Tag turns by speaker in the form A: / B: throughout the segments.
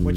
A: what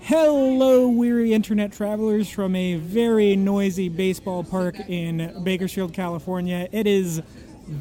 A: Hello, weary internet travelers from a very noisy baseball park in Bakersfield, California. It is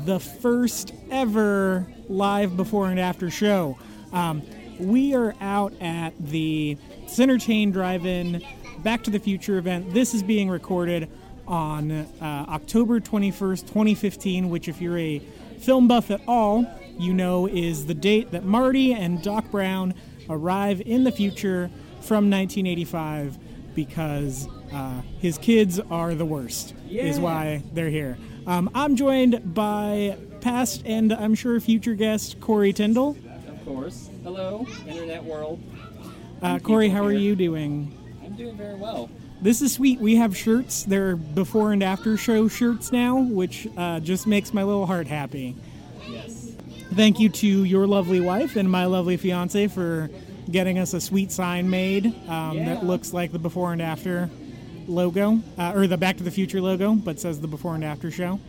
A: the first ever live before and after show. Um, we are out at the Centertain Drive In Back to the Future event. This is being recorded on uh, October 21st, 2015, which, if you're a film buff at all, you know is the date that Marty and Doc Brown arrive in the future from 1985 because uh, his kids are the worst, is why they're here. Um, I'm joined by past and I'm sure future guest Corey Tyndall.
B: Of course. Hello, internet world.
A: Uh, Corey, how are you doing?
B: I'm doing very well.
A: This is sweet. We have shirts. They're before and after show shirts now, which uh, just makes my little heart happy.
B: Yes.
A: Thank you to your lovely wife and my lovely fiance for getting us a sweet sign made um, that
B: Yeah.
A: looks like the before and after logo, uh, or the Back to the Future logo, but says the before and after show.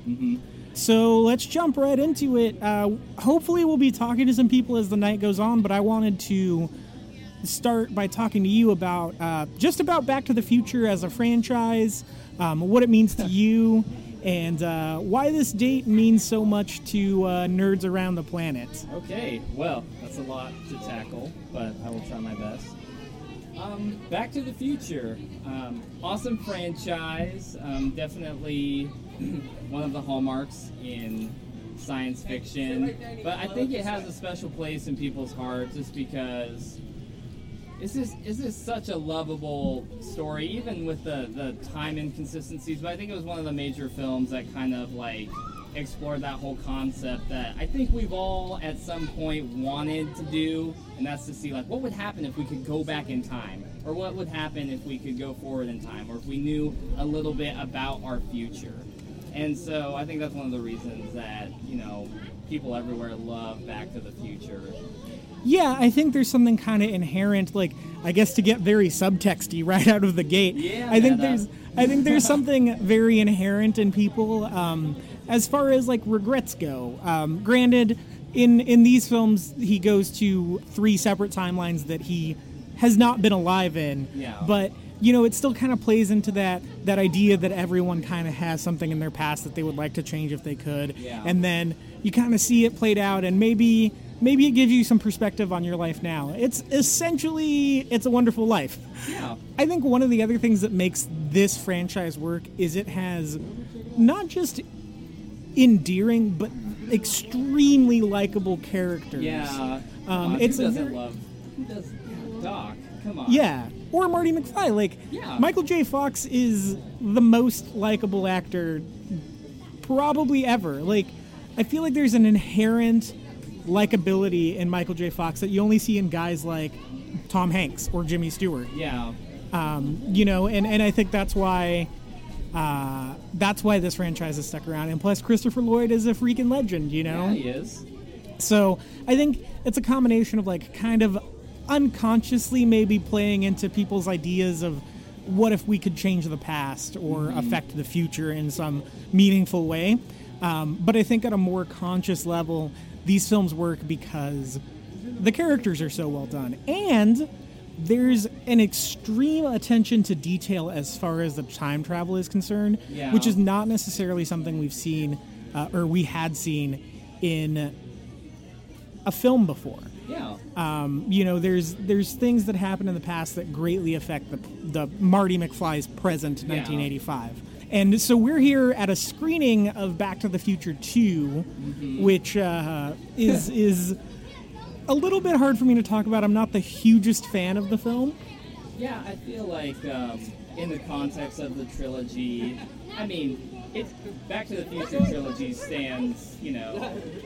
A: So let's jump right into it. Uh, hopefully, we'll be talking to some people as the night goes on, but I wanted to start by talking to you about uh, just about Back to the Future as a franchise, um, what it means to you, and uh, why this date means so much to uh, nerds around the planet.
B: Okay, well, that's a lot to tackle, but I will try my best. Um, Back to the Future. Um, awesome franchise. Um, definitely one of the hallmarks in science fiction. But I think it has a special place in people's hearts just because This is this is such a lovable story, even with the, the time inconsistencies. But I think it was one of the major films that kind of like explored that whole concept that I think we've all at some point wanted to do, and that's to see like what would happen if we could go back in time, or what would happen if we could go forward in time, or if we knew a little bit about our future. And so I think that's one of the reasons that you know people everywhere love Back to the Future.
A: Yeah, I think there's something kind of inherent, like I guess to get very subtexty right out of the gate.
B: Yeah,
A: I think
B: man, uh.
A: there's I think there's something very inherent in people um, as far as like regrets go. Um, granted, in in these films, he goes to three separate timelines that he has not been alive in.
B: Yeah.
A: but. You know, it still kind of plays into that that idea that everyone kind of has something in their past that they would like to change if they could,
B: Yeah.
A: and then you kind of see it played out and maybe maybe it gives you some perspective on your life now it's essentially it's a wonderful life
B: Yeah.
A: i think one of the other things that makes this franchise work is it has not just endearing but extremely likable characters
B: Yeah.
A: Um,
B: Um,
A: it's a
B: who doesn't
A: very-
B: love? Who does? Doc, come on.
A: yeah or marty mcfly like
B: Yeah.
A: michael j fox is the most likable actor probably ever. Like, I feel like there's an inherent likability in Michael J. Fox that you only see in guys like Tom Hanks or Jimmy Stewart.
B: Yeah.
A: Um, you know, and, and I think that's why uh, that's why this franchise has stuck around. And plus, Christopher Lloyd is a freaking legend. You know,
B: Yeah, he is.
A: so I think it's a combination of like kind of unconsciously maybe playing into people's ideas of what if we could change the past or affect the future in some meaningful way. Um, but I think at a more conscious level, these films work because the characters are so well done and there's an extreme attention to detail as far as the time travel is concerned
B: Yeah.
A: which is not necessarily something we've seen uh, or we had seen in a film before.
B: Yeah.
A: Um, you know, there's there's things that happen in the past that greatly affect the, the Marty McFly's present 1985. And so we're here at a screening of Back to the Future 2,
B: Mm-hmm.
A: which uh, is is a little bit hard for me to talk about. I'm not the hugest fan of the film.
B: yeah, I feel like um, in the context of the trilogy, I mean, it, Back to the Future trilogy stands, you know,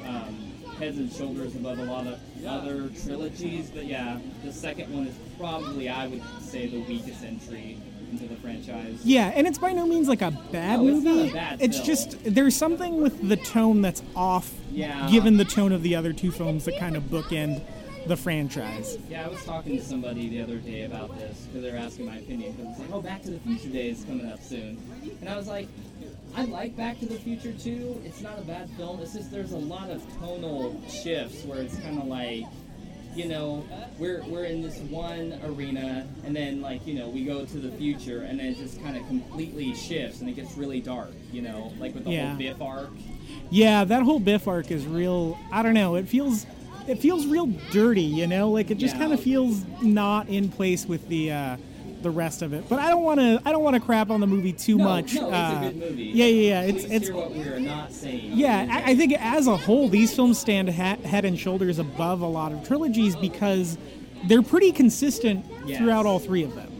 B: um, heads and shoulders above a lot of other trilogies. But yeah, the second one is probably, I would say, the weakest entry into the franchise.
A: Yeah, and it's by no means like a bad
B: No, it's
A: movie.
B: not a bad
A: it's
B: film.
A: just there's something with the tone that's off,
B: Yeah.
A: given the tone of the other two films that kind of bookend the franchise.
B: Yeah, I was talking to somebody the other day about this because they were asking my opinion. Because it's like, oh, Back to the Future Day is coming up soon, and I was like, I like Back to the Future too. It's not a bad film. It's just there's a lot of tonal shifts where it's kind of like, you know, we're we're in this one arena, and then like you know we go to the future, and then it just kind of completely shifts, and it gets really dark. You know, like with the
A: Yeah.
B: whole Biff arc.
A: Yeah, that whole Biff arc is real. I don't know. It feels it feels real dirty, you know. Like it just
B: Yeah.
A: kind of feels not in place with the uh, the rest of it. But I don't want to I don't want to crap on the movie too
B: No,
A: much.
B: no, it's
A: uh,
B: a good movie.
A: Yeah, yeah, yeah. It's
B: Please
A: it's
B: hear what we are not saying.
A: Yeah, I, I think as a whole, these films stand ha- head and shoulders above a lot of trilogies because they're pretty consistent
B: Yes.
A: throughout all three of them.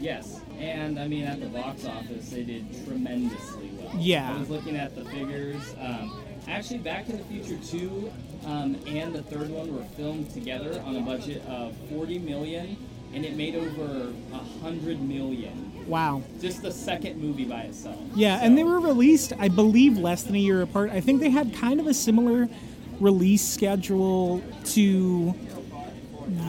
B: Yes, and I mean at the box office they did tremendously well.
A: Yeah.
B: I was looking at the figures. Um, actually, Back to the Future Two um, and the third one were filmed together on a budget of 40 million, and it made over 100 million.
A: Wow.
B: Just the second movie by itself.
A: Yeah,
B: So-
A: and they were released, I believe, less than a year apart. I think they had kind of a similar release schedule to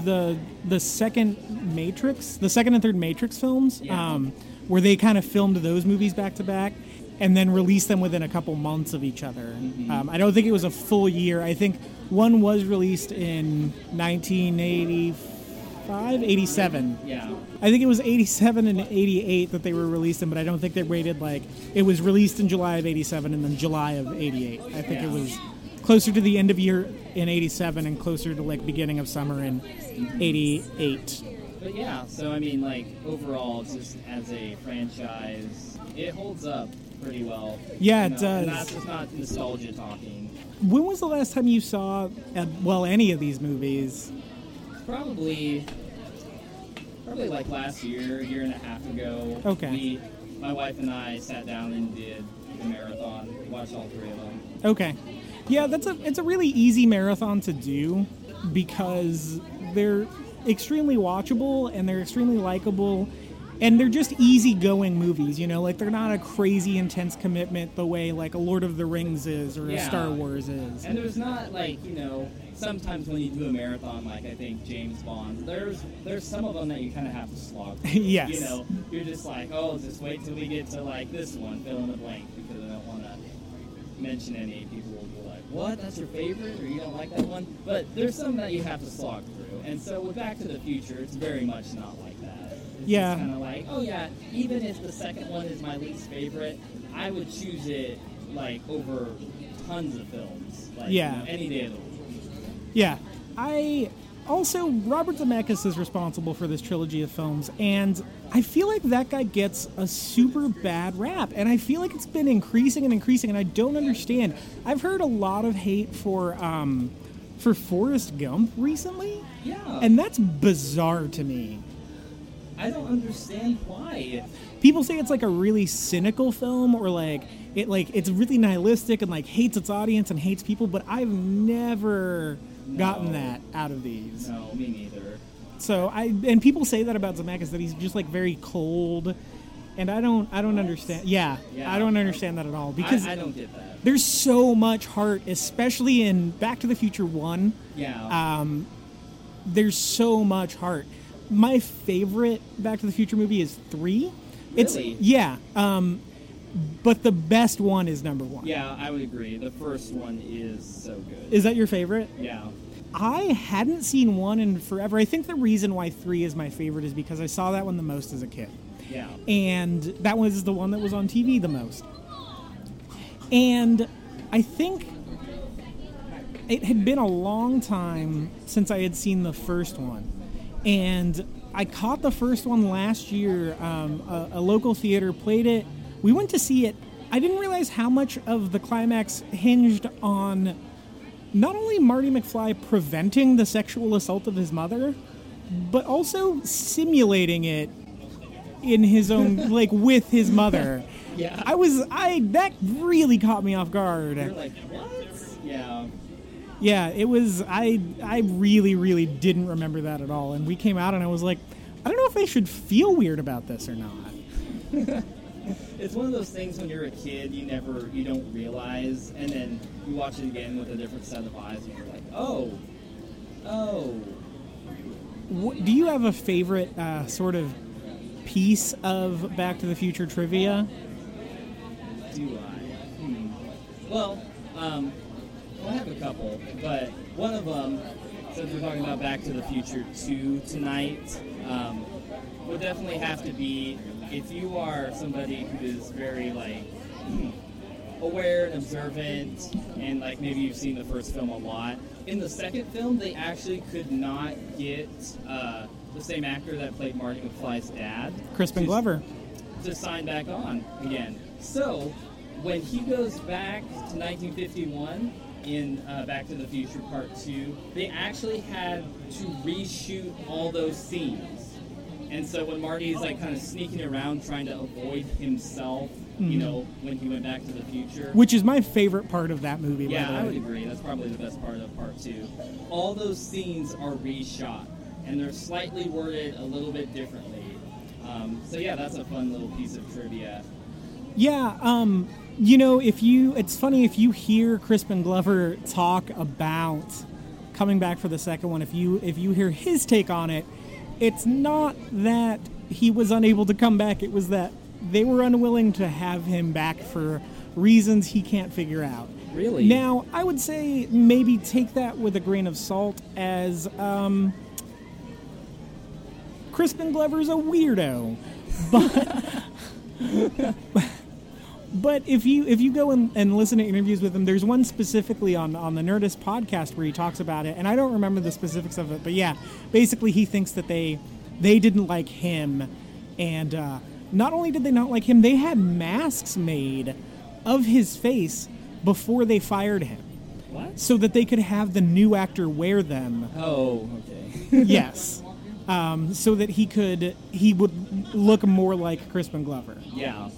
A: the the second Matrix, the second and third Matrix films,
B: Yeah.
A: um, where they kind of filmed those movies back to back and then released them within a couple months of each other. Um, I don't think it was a full year. I think one was released in 1985, 87.
B: Yeah.
A: I think it was 87 and 88 that they were released in, but I don't think they rated like it was released in July of 87 and then July of 88. I think it
B: Yeah.
A: was closer to the end of year in 87 and closer to like beginning of summer in 88.
B: But yeah, so I mean, like overall, just as a franchise, it holds up pretty well.
A: Yeah,
B: You
A: it
B: know, and
A: does.
B: that's just not nostalgia talking.
A: When was the last time you saw uh, well any of these movies?
B: Probably, probably like last year, year and a half ago.
A: Okay.
B: We, my wife and I sat down and did the marathon, watched all three of them.
A: Okay. Yeah, that's a it's a really easy marathon to do because they're extremely watchable and they're extremely likable and they're just easygoing movies, you know, like they're not a crazy intense commitment the way like a Lord of the Rings is or a
B: Yeah.
A: Star Wars is.
B: And there's not like you know, sometimes when you do a marathon, like I think James Bond, there's there's some of them that you kind of have to slog. through.
A: Yes.
B: You know, you're just like, oh, just wait till we get to like this one, fill in the blank, because I don't want to mention any. People will be like, what? That's your favorite, or you don't like that one? But there's some that you have to slog through. And so with Back to the Future, it's very much not like that. It's
A: Yeah.
B: Kind of like, oh yeah, even if the second one is my least favorite, I would choose it like over tons of films. Like, you
A: Yeah.
B: know, any day of the week.
A: Yeah. I also Robert Zemeckis is responsible for this trilogy of films and I feel like that guy gets a super bad rap and I feel like it's been increasing and increasing and I don't understand. I've heard a lot of hate for um for Forrest Gump recently
B: Yeah.
A: and that's bizarre to me.
B: I don't understand why.
A: People say it's like a really cynical film or like it like it's really nihilistic and like hates its audience and hates people but I've never gotten
B: No.
A: that out of these.
B: No, me neither.
A: So I and people say that about Zemeckis that he's just like very cold, and I don't I don't understand. Yeah,
B: Yeah.
A: I don't understand that at all because
B: I, I don't get that.
A: there's so much heart, especially in Back to the Future One.
B: Yeah.
A: Um, there's so much heart. My favorite Back to the Future movie is three. It's
B: Really?
A: yeah, um, but the best one is number one.
B: yeah, I would agree. The first one is so good.
A: Is that your favorite?
B: yeah.
A: I hadn't seen one in forever. I think the reason why three is my favorite is because I saw that one the most as a kid.
B: Yeah.
A: And that was the one that was on TV the most. And I think it had been a long time since I had seen the first one. And I caught the first one last year. Um, a, a local theater played it. We went to see it. I didn't realize how much of the climax hinged on not only Marty McFly preventing the sexual assault of his mother, but also simulating it in his own like with his mother.
B: Yeah.
A: I was I that really caught me off guard.
B: You're like, what? Yeah.
A: Yeah, it was. I I really really didn't remember that at all. And we came out, and I was like, I don't know if I should feel weird about this or not.
B: It's one of those things when you're a kid, you never, you don't realize, and then you watch it again with a different set of eyes, and you're like, oh, oh.
A: Wh- Do you have a favorite uh, sort of piece of Back to the Future trivia?
B: Do I? Hmm. Well, um, well, I have a couple, but one of them, since we're talking about Back to the Future 2 tonight, um, would definitely have to be if you are somebody who is very, like, aware and observant, and, like, maybe you've seen the first film a lot. In the second film, they actually could not get uh, the same actor that played Marty McFly's dad.
A: Crispin
B: to-
A: Glover.
B: to sign back on again. So when he goes back to 1951 in uh, Back to the Future Part 2, they actually had to reshoot all those scenes. And so when Marty's like kind of sneaking around trying to avoid himself, you know, when he went back to the future.
A: Which is my favorite part of that movie,
B: Yeah, I
A: by the
B: would
A: way.
B: agree. That's probably the best part of part two. All those scenes are reshot, and they're slightly worded a little bit differently. Um, so yeah, that's a fun little piece of trivia.
A: Yeah, um, you know, if you, it's funny if you hear Crispin Glover talk about coming back for the second one. If you if you hear his take on it, it's not that he was unable to come back. It was that they were unwilling to have him back for reasons he can't figure out.
B: Really?
A: Now, I would say maybe take that with a grain of salt, as um, Crispin Glover's a weirdo, but if you if you go and, and listen to interviews with him, there's one specifically on on the Nerdist podcast where he talks about it, and I don't remember the specifics of it, but yeah, basically he thinks that they they didn't like him, and uh, not only did they not like him, they had masks made of his face before they fired him,
B: What?
A: so that they could have the new actor wear them
B: Oh, okay.
A: yes. Um, so that he could he would look more like Crispin Glover.
B: yeah.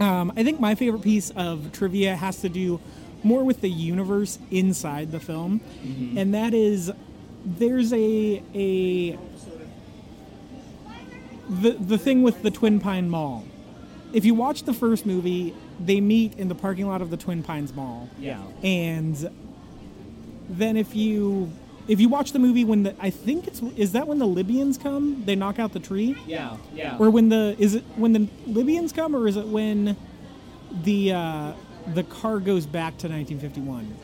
A: Um, I think my favorite piece of trivia has to do more with the universe inside the film, and that is there's a a the the thing with the Twin Pine Mall. If you watch the first movie, they meet in the parking lot of the Twin Pines Mall
B: Yeah.
A: and then if you if you watch the movie when the I think it's is that when the Libyans come they knock out the tree
B: Yeah. Yeah.
A: or when the is it when the Libyans come or is it when the uh, the car goes back to 1951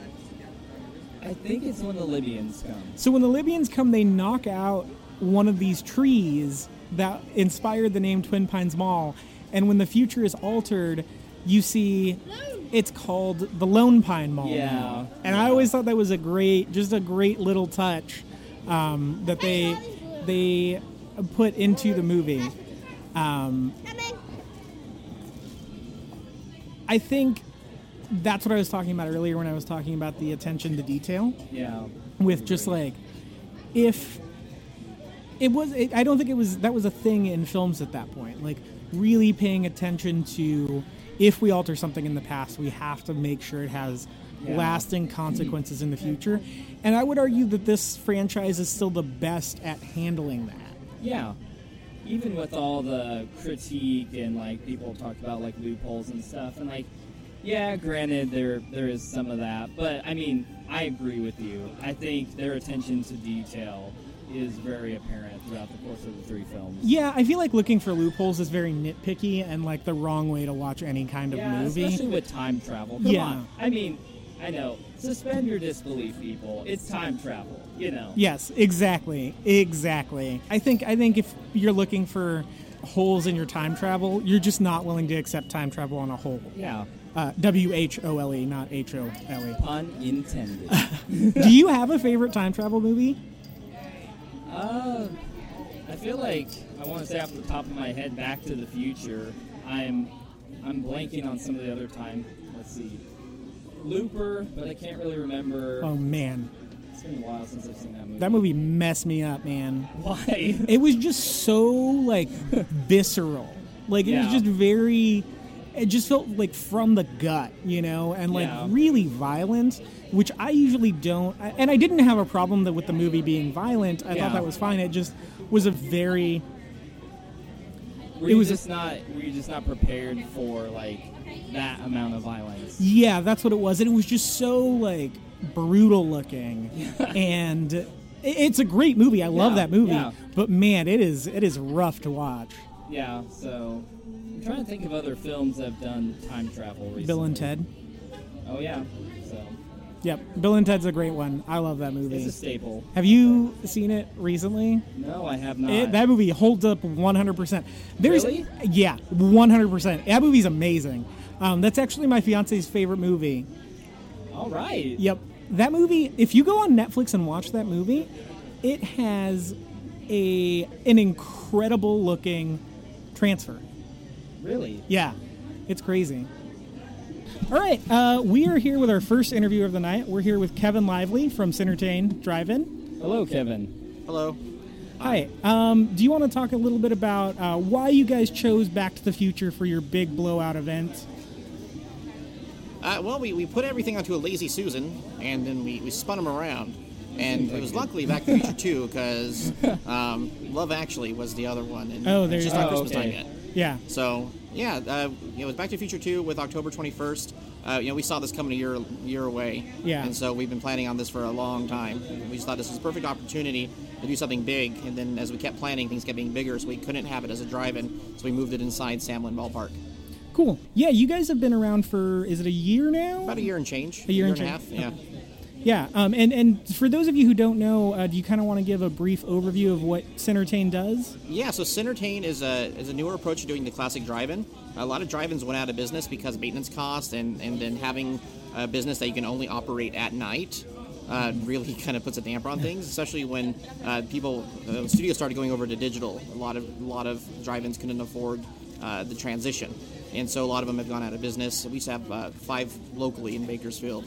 B: I think it's when the Libyans come.
A: so when the Libyans come they knock out one of these trees that inspired the name Twin Pines Mall and when the future is altered you see it's called the Lone Pine Mall
B: Yeah.
A: And I always thought that was a great, just a great little touch um, that they they put into the movie. Um, I think that's what I was talking about earlier when I was talking about the attention to detail
B: Yeah.
A: with just like if it was it, i don't think it was that was a thing in films at that point like really paying attention to if we alter something in the past we have to make sure it has
B: Yeah.
A: lasting consequences in the future and i would argue that this franchise is still the best at handling that
B: Yeah. Even with all the critique and like people talked about like loopholes and stuff and like yeah, granted there there is some of that, but I mean, I agree with you. I think their attention to detail is very apparent throughout the course of the three films.
A: yeah i feel like looking for loopholes is very nitpicky and like the wrong way to watch any kind of
B: Yeah,
A: movie
B: especially with time travel. Come
A: Yeah.
B: on. I mean, I know. Suspend your disbelief, people. It's time travel, you know.
A: Yes, exactly, exactly. I think I think if you're looking for holes in your time travel, you're just not willing to accept time travel on a whole.
B: Yeah.
A: Uh, w H O L E, not H O L E.
B: Unintended.
A: Do you have a favorite time travel movie?
B: Uh, I feel like I want to say off the top of my head, Back to the Future. I'm I'm blanking on some of the other time. Let's see, Looper, but I can't really remember.
A: Oh man,
B: It's been a while since I've seen that movie.
A: That movie messed me up, man.
B: Why?
A: It was just so like visceral. Like it
B: Yeah.
A: was just very it just felt like from the gut, you know, and like
B: Yeah.
A: really violent, which I usually don't. I- And I didn't have a problem that with the movie being violent. I
B: Yeah.
A: thought that was fine. It just was a very
B: Were
A: It
B: you
A: was a-
B: just not? Were you just not prepared for like that amount of violence?
A: Yeah, that's what it was. And it was just so like brutal looking. and i- it's a great movie. I love
B: Yeah,
A: that movie.
B: yeah.
A: But man, it is it is rough to watch.
B: Yeah. So I'm trying to think of other films that have done time travel recently.
A: Bill and Ted.
B: Oh yeah. So
A: Yep. Bill and Ted's a great one. I love that movie.
B: it's a staple.
A: Have you seen it recently?
B: No, I have not.
A: It, that movie holds up 100%. There's
B: Really?
A: yeah, 100%. That movie's amazing. Um, that's actually my fiance's favorite movie.
B: All right.
A: Yep. That movie, if you go on Netflix and watch that movie, it has a an incredible looking transfer.
B: Really.
A: Yeah. It's crazy. All right, uh, we are here with our first interview of the night. We're here with Kevin Lively from Centertain Drive-In.
B: Hello, Kevin.
C: Hello.
A: Hi. Um, do you want to talk a little bit about uh, why you guys chose Back to the Future for your big blowout event?
C: Uh, well, we, we put everything onto a Lazy Susan, and then we, we spun them around. And it was luckily Back to the Future 2, because um, Love Actually was the other one. And
A: Oh,
C: it's
A: there you
C: just
A: go.
C: not
B: Oh,
C: Christmas
B: okay.
C: time yet.
A: Yeah.
C: So, yeah, uh, it was Back to the Future 2 with October 21st. Uh, you know, we saw this coming a year, year away.
A: Yeah.
C: And so we've been planning on this for a long time. We just thought this was a perfect opportunity to do something big. And then as we kept planning, things kept being bigger, so we couldn't have it as a drive-in. So we moved it inside Samlin Ballpark.
A: Cool. Yeah, you guys have been around for is it a year now?
C: About a year and change.
A: A year and
C: a half.
A: change.
C: Yeah.
A: Yeah, um, and and for those of you who don't know, uh, do you kind of want to give a brief overview of what Centertain does?
C: Yeah, so Centertain is a is a newer approach to doing the classic drive-in. A lot of drive-ins went out of business because of maintenance costs and and then having a business that you can only operate at night. Uh, really kind of puts a damper on things, especially when uh, people uh, studios started going over to digital. A lot of a lot of drive-ins couldn't afford uh, the transition, and so a lot of them have gone out of business. We used to have uh, five locally in Bakersfield,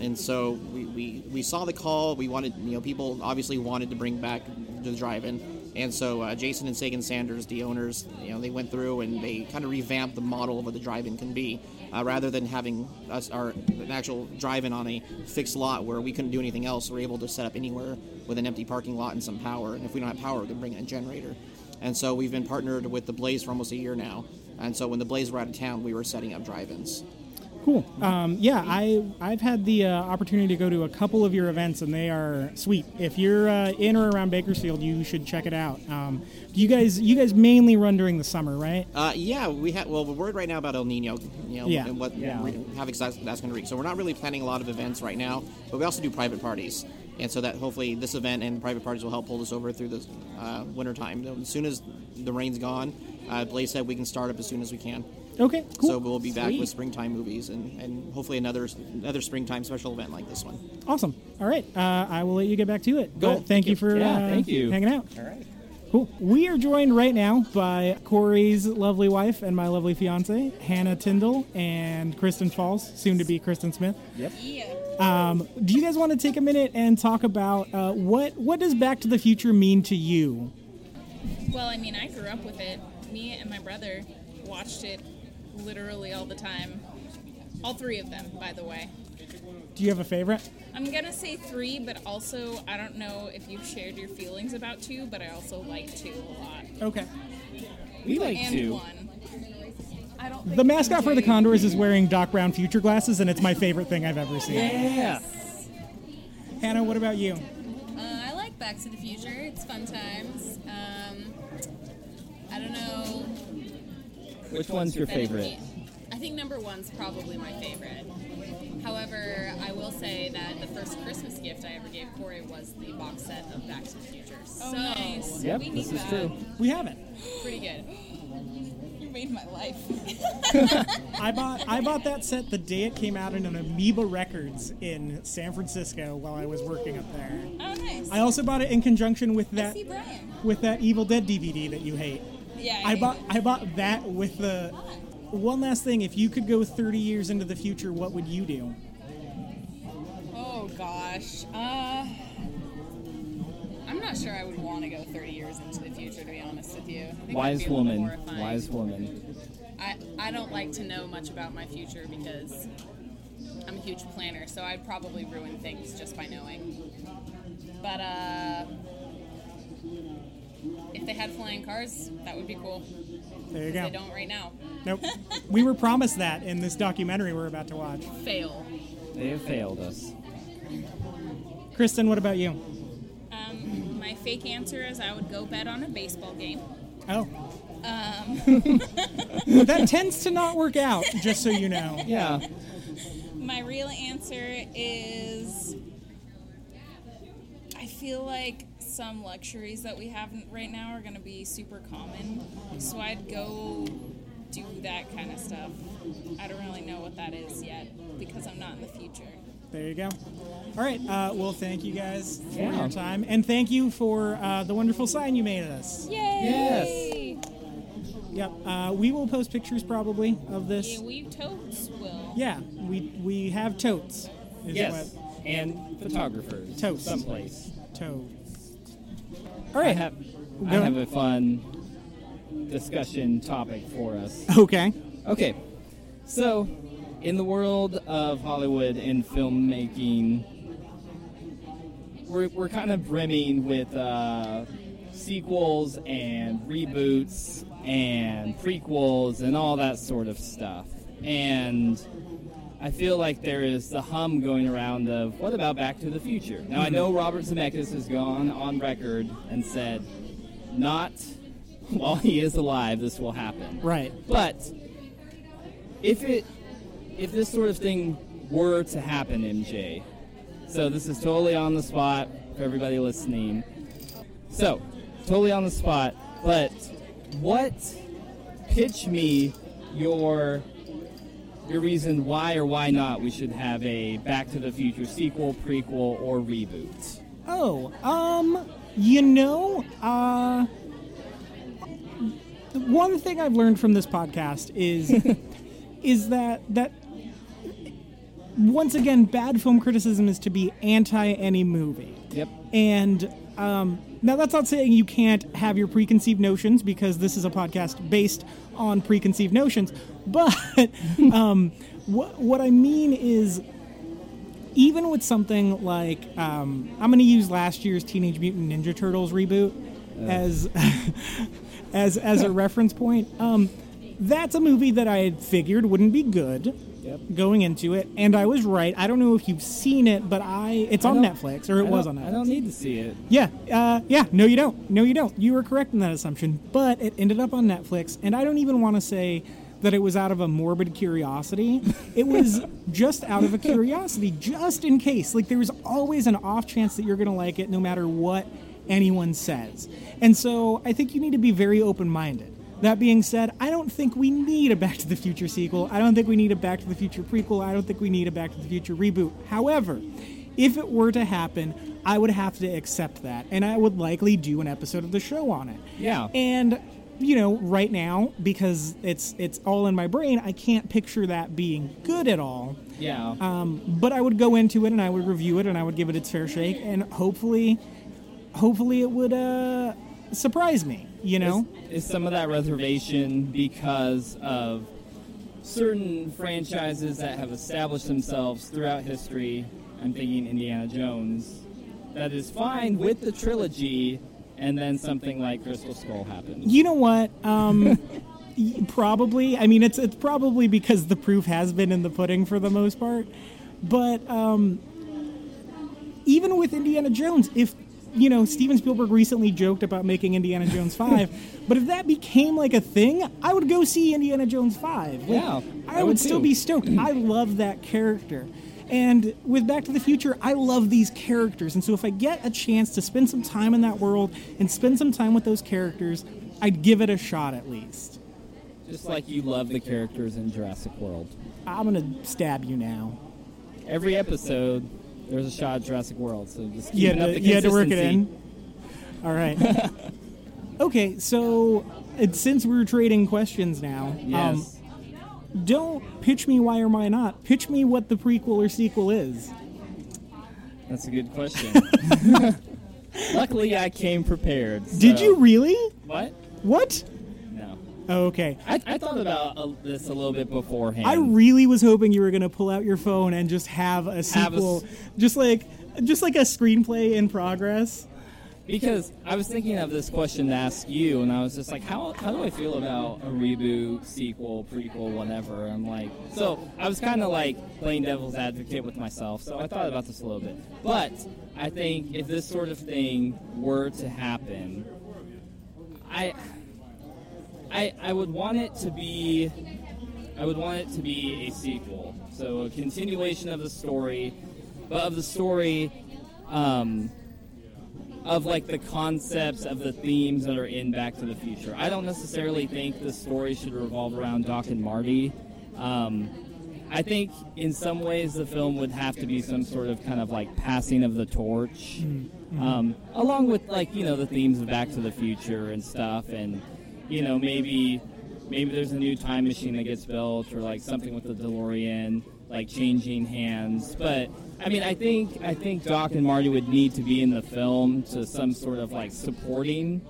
C: and so we, we, we saw the call. We wanted you know people obviously wanted to bring back the drive-in, and so uh, Jason and Sagan Sanders, the owners, you know, they went through and they kind of revamped the model of what the drive-in can be, uh, rather than having us our an actual drive-in on a fixed lot where we couldn't do anything else. We're able to set up anywhere with an empty parking lot and some power. And if we don't have power, we can bring in a generator. And so we've been partnered with the Blaze for almost a year now. And so when the Blaze were out of town, we were setting up drive-ins.
A: Cool. Um, yeah, I I've had the uh, opportunity to go to a couple of your events, and they are sweet. If you're uh, in or around Bakersfield, you should check it out. Um, you guys you guys mainly run during the summer, right?
C: Uh, yeah, we have. Well, we're worried right now about El Nino, you know,
A: Yeah.
C: and what
B: Yeah.
C: re- havoc that's, that's going to wreak. So we're not really planning a lot of events right now, but we also do private parties, and so that hopefully this event and private parties will help hold us over through the uh, winter time. As soon as the rain's gone, uh, Blaze said we can start up as soon as we can.
A: Okay. Cool.
C: So we'll be back
B: Sweet.
C: with springtime movies and, and hopefully another another springtime special event like this one.
A: awesome. All right. Uh, I will let you get back to it.
C: Cool.
A: But thank you for
B: Yeah,
A: uh,
B: thank you.
A: hanging out.
C: All right.
A: Cool. We are joined right now by Corey's lovely wife and my lovely fiance, Hannah Tyndall, and Kristen Falls, soon to be Kristen Smith.
D: Yeah.
A: Um, do you guys want to take a minute and talk about uh, what what does Back to the Future mean to you?
D: Well, I mean, I grew up with it. Me and my brother watched it literally all the time. All three of them, by the way.
A: Do you have a favorite?
D: I'm going to say three, but also, I don't know if you've shared your feelings about two, but I also like two a lot.
A: Okay.
B: We like
D: and
B: to.
D: one. I don't think
A: The mascot for the
D: MJ
A: Condors is wearing Doc Brown future glasses, and it's my favorite thing I've ever seen.
B: Yeah.
A: Hannah, what about you?
E: Uh, I like Back to the Future. It's fun times. Um, I don't know.
B: Which one's your
E: if any-
B: favorite?
E: I think number one's probably my favorite. However, I will say that the first Christmas gift I ever gave Corey was the box set of Back to the Future.
D: Oh,
E: so
D: nice.
B: Yep.
E: we need
B: This is
E: that.
B: true.
A: We haven't.
E: Pretty good. Oh,
D: You made my life.
A: I bought I bought that set the day it came out in an Amoeba Records in San Francisco while I was working up there.
D: Oh, nice.
A: I also bought it in conjunction with
E: I
A: that
E: see Brian.
A: with that Evil Dead DVD that you hate.
D: yeah.
A: I bought I bought that with the one last thing. If you could go 30 years into the future, what would you do?
D: Oh, God.
E: gosh. Uh, I'm not sure I would want to go 30 years into the future, to be honest with you. I think that'd be
B: Wise
E: a little bit
B: woman.
E: horrifying.
B: Wise woman.
E: I, I don't like to know much about my future because I'm a huge planner, so I'd probably ruin things just by knowing. But uh, if they had flying cars, that would be cool.
A: There you
E: They
A: go.
E: don't right now.
A: Nope. we were promised that in this documentary we're about to watch.
E: Fail.
B: They have failed us.
A: Kristen, what about you?
D: Um, my fake answer is I would go bet on a baseball game.
A: Oh. Um. that tends to not work out, just so you know.
B: Yeah.
D: My real answer is I feel like some luxuries that we have right now are going to be super common. So I'd go do that kind of stuff. I don't really know what that is yet because I'm not in the future.
A: There you go. All right. Uh, well, thank you guys for
B: Yeah.
A: your time. And thank you for uh, the wonderful sign you made us.
D: Yay!
A: Yep. Uh, we will post pictures probably of
D: Yeah,
A: this.
D: we totes will.
A: Yeah. We, we have totes. Is
B: Yes.
A: What,
B: And photographers.
A: Toast.
B: Someplace.
A: totes. All
B: I
A: right.
B: have, I
A: Go-
B: have a fun discussion topic for us.
A: okay.
B: Okay, so in the world of Hollywood and filmmaking, we're, we're kind of brimming with uh, sequels and reboots and prequels and all that sort of stuff. And I feel like there is the hum going around of what about Back to the Future? Now I know Robert Zemeckis has gone on record and said, not while he is alive, this will happen.
A: Right.
B: But if it if this sort of thing were to happen, MJ, so this is totally on the spot for everybody listening. So, totally on the spot, but what pitch me your your reason why or why not we should have a Back to the Future sequel, prequel, or reboot.
A: Oh, um, you know, uh, the one thing I've learned from this podcast is is that that once again, bad film criticism is to be anti any movie.
B: Yep.
A: And um, now that's not saying you can't have your preconceived notions because this is a podcast based on preconceived notions. But um, what, what I mean is, even with something like, um, I'm going to use last year's Teenage Mutant Ninja Turtles reboot as, as, as a reference point. Um, that's a movie that I had figured wouldn't be good
B: Yep.
A: going into it, and I was right. I don't know if you've seen it, but I it's on
B: don't-
A: Netflix or it
B: I
A: was on
B: don't-
A: Netflix.
B: I don't need to see it.
A: Yeah, uh, yeah. No, you don't. No, you don't. You were correct in that assumption, but it ended up on Netflix, and I don't even want to say that it was out of a morbid curiosity. It was just out of a curiosity, just in case. Like there was always an off chance that you're going to like it, no matter what anyone says. And so I think you need to be very open minded. That being said, I don't think we need a Back to the Future sequel. I don't think we need a Back to the Future prequel. I don't think we need a Back to the Future reboot. However, if it were to happen, I would have to accept that, and I would likely do an episode of the show on it.
B: Yeah.
A: And you know, right now because it's it's all in my brain, I can't picture that being good at all.
B: Yeah.
A: Um, but I would go into it and I would review it and I would give it its fair shake, and hopefully, hopefully it would uh, surprise me. You know,
B: is some of that reservation because of certain franchises that have established themselves throughout history. I'm thinking Indiana Jones, that is fine with the trilogy, and then something like Crystal Skull happens.
A: you know what? Um, y- probably. I mean, it's it's probably because the proof has been in the pudding for the most part. But um, even with Indiana Jones, if you know Steven Spielberg recently joked about making Indiana Jones five, but if that became like a thing, I would go see Indiana Jones five. Like,
B: Yeah,
A: I,
B: I
A: would,
B: would
A: still
B: too.
A: be stoked. I love that character. And with Back to the Future, I love these characters. And so if I get a chance to spend some time in that world and spend some time with those characters, I'd give it a shot at least.
B: Just like you love the characters in Jurassic World.
A: I'm going to stab you now.
B: Every episode, there's a shot of Jurassic World, so just keep
A: you had,
B: up
A: to,
B: the
A: you had to work it
B: consistency.
A: in. All right. okay, so it, since we're trading questions now,
B: Yes.
A: um, don't pitch me why or why not. Pitch me what the prequel or sequel is.
B: That's a good question. Luckily, I came prepared.
A: Did
B: so-
A: you really?
B: What?
A: What?
B: No.
A: Oh, okay.
B: I, I thought about uh, this a little bit beforehand.
A: I really was hoping you were gonna pull out your phone and just have a
B: Have a
A: sequel,
B: s-
A: just like just like a screenplay in progress.
B: because I was thinking of this question to ask you, and I was just like, how, how do I feel about a reboot, sequel, prequel, whatever? I'm like, so I was kind of like playing devil's advocate with myself, so I thought about this a little bit. But I think if this sort of thing were to happen, I, I, I would want it to be I would want it to be a sequel, so a continuation of the story, but of the story, um, of like the concepts of the themes that are in Back to the Future. I don't necessarily think the story should revolve around Doc and Marty. Um, I think in some ways the film would have to be some sort of kind of like passing of the torch, um, along with like you know the themes of Back to the Future and stuff, and you know maybe maybe there's a new time machine that gets built or like something with the DeLorean, like changing hands. But I mean, I think I think Doc and Marty would need to be in the film to some sort of like supporting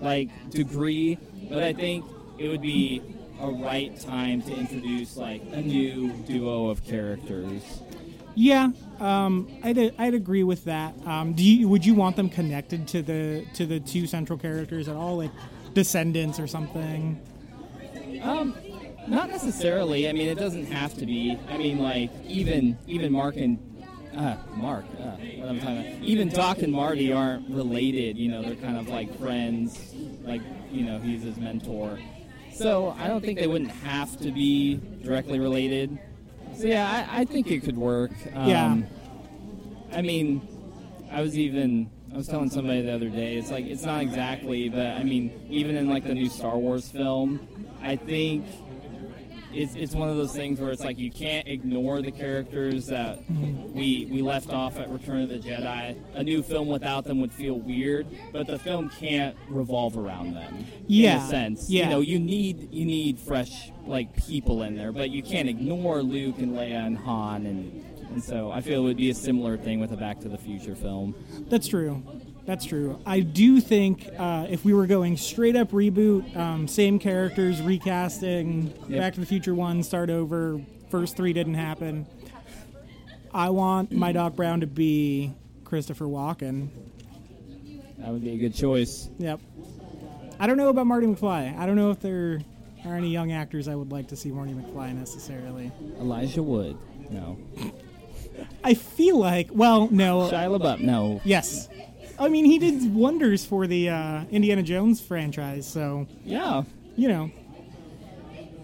B: like degree. But I think it would be a right time to introduce like a new duo of characters.
A: Yeah, um, I'd, I'd agree with that. Um, do you would you want them connected to the to the two central characters at all, like descendants or something?
B: Um, not necessarily. I mean, it doesn't have to be. I mean, like even even Mark and uh, Mark, uh, what I'm talking about. Even Doc and Marty aren't related. You know, they're kind of like friends. Like you know, he's his mentor. So I don't think they wouldn't have to be directly related. So yeah, I, I think it could work. Um,
A: Yeah.
B: I mean, I was even I was telling somebody the other day. It's like it's not exactly, but I mean, even in like the new Star Wars film, I think it's it's one of those things where it's like you can't ignore the characters that we we left off at Return of the Jedi. A new film without them would feel weird, but the film can't revolve around them. in
A: Yeah,
B: a sense.
A: yeah.
B: you know, you need you need fresh like people in there, but you can't ignore Luke and Leia and Han and. And so I feel it would be a similar thing with a Back to the Future film.
A: That's true. That's true. I do think uh, if we were going straight up reboot, um, same characters, recasting,
B: Yep.
A: Back to the Future 1, start over, first three didn't happen. I want my Doc Brown to be Christopher Walken.
B: That would be a good choice.
A: Yep. I don't know about Marty McFly. I don't know if there are any young actors I would like to see Marty McFly necessarily.
B: Elijah Wood. No.
A: I feel like, well, no.
B: Shia LaBeouf. No.
A: Yes. I mean, he did wonders for the uh, Indiana Jones franchise, so,
B: Yeah.
A: you know,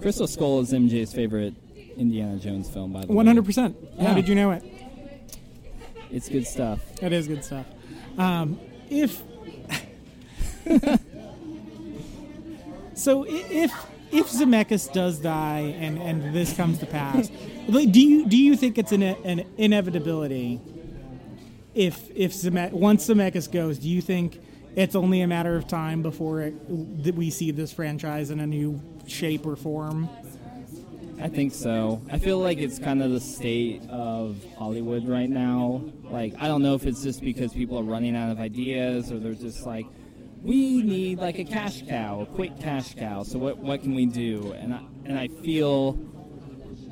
B: Crystal Skull is MJ's favorite Indiana Jones film, by the way.
A: 100%. How
B: Yeah.
A: did you know it?
B: It's good stuff.
A: That is good stuff. Um, if so, i- if if Zemeckis does die and and this comes to pass, like, do you do you think it's an, an inevitability? If if Zeme- once Zemeckis goes, do you think it's only a matter of time before it, that we see this franchise in a new shape or form?
B: I think so. I feel like it's kind of the state of Hollywood right now. Like, I don't know if it's just because people are running out of ideas or they're just like, we need like a cash cow, a quick cash cow. So what, what can we do? And I, and I feel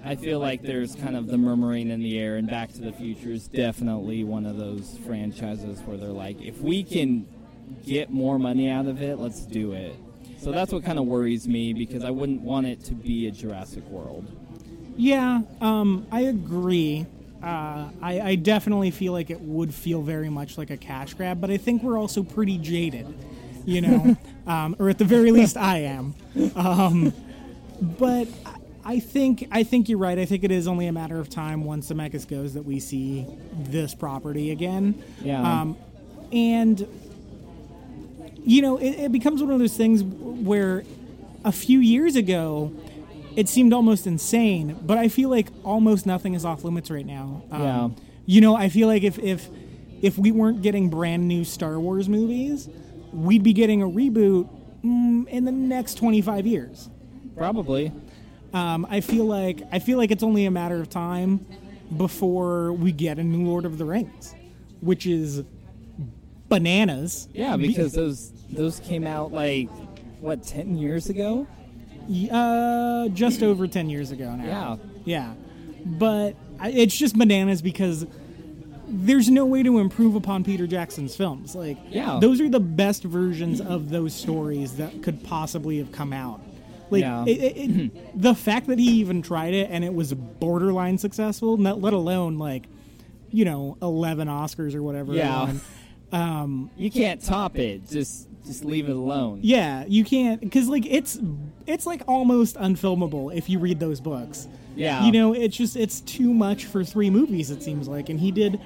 B: I feel like there's kind of the murmuring in the air, and Back to the Future is definitely one of those franchises where they're like, if we can get more money out of it, let's do it. So that's what kind of worries me because I wouldn't want it to be a Jurassic World.
A: Yeah, um, I agree. Uh, I, I definitely feel like it would feel very much like a cash grab, but I think we're also pretty jaded, you know, um, or at the very least, I am. Um, but I- I think I think you're right. I think it is only a matter of time once Zemeckis goes that we see this property again.
B: Yeah.
A: Um, and you know, it, it becomes one of those things where a few years ago, it seemed almost insane, but I feel like almost nothing is off limits right now. Um,
B: Yeah.
A: You know, I feel like if, if if we weren't getting brand new Star Wars movies, we'd be getting a reboot mm, in the next 25 years.
B: Probably.
A: Um, I feel like I feel like it's only a matter of time before we get a new Lord of the Rings. which is bananas.
B: Yeah, because those those came out like what ten years ago.
A: Uh, just over 10 years ago now.
B: Yeah.
A: Yeah. But I, it's just bananas because there's no way to improve upon Peter Jackson's films. Like,
B: Yeah.
A: those are the best versions of those stories that could possibly have come out. Like,
B: Yeah.
A: it, it, it, the fact that he even tried it and it was borderline successful, not, let alone, like, you know, 11 Oscars or whatever. it
B: Yeah.
A: won.
B: You can't top it. Just just leave it alone.
A: Yeah, you can't because like it's it's like almost unfilmable if you read those books.
B: Yeah.
A: you know it's just it's too much for three movies. It seems like, and he did.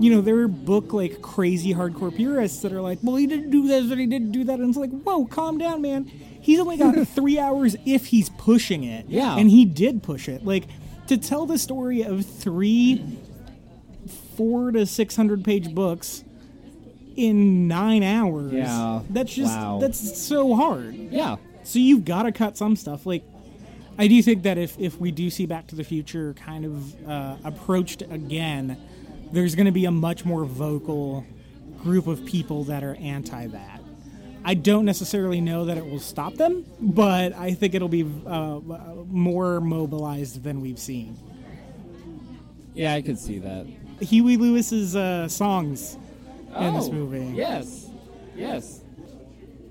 A: You know there are book like crazy hardcore purists that are like, well, he didn't do this and he didn't do that, and it's like, whoa, calm down, man. He's only got three hours if he's pushing it.
B: Yeah.
A: and he did push it. Like to tell the story of three, four to six hundred page books in nine hours.
B: Yeah.
A: That's just
B: Wow.
A: that's so hard.
B: Yeah.
A: So you've got to cut some stuff. Like, I do think that if if we do see Back to the Future kind of uh, approached again, there's going to be a much more vocal group of people that are anti that. I don't necessarily know that it will stop them, but I think it'll be uh, more mobilized than we've seen.
B: Yeah, I could see that.
A: Huey Lewis's uh, songs in this movie.
B: Oh, Yes. Yes.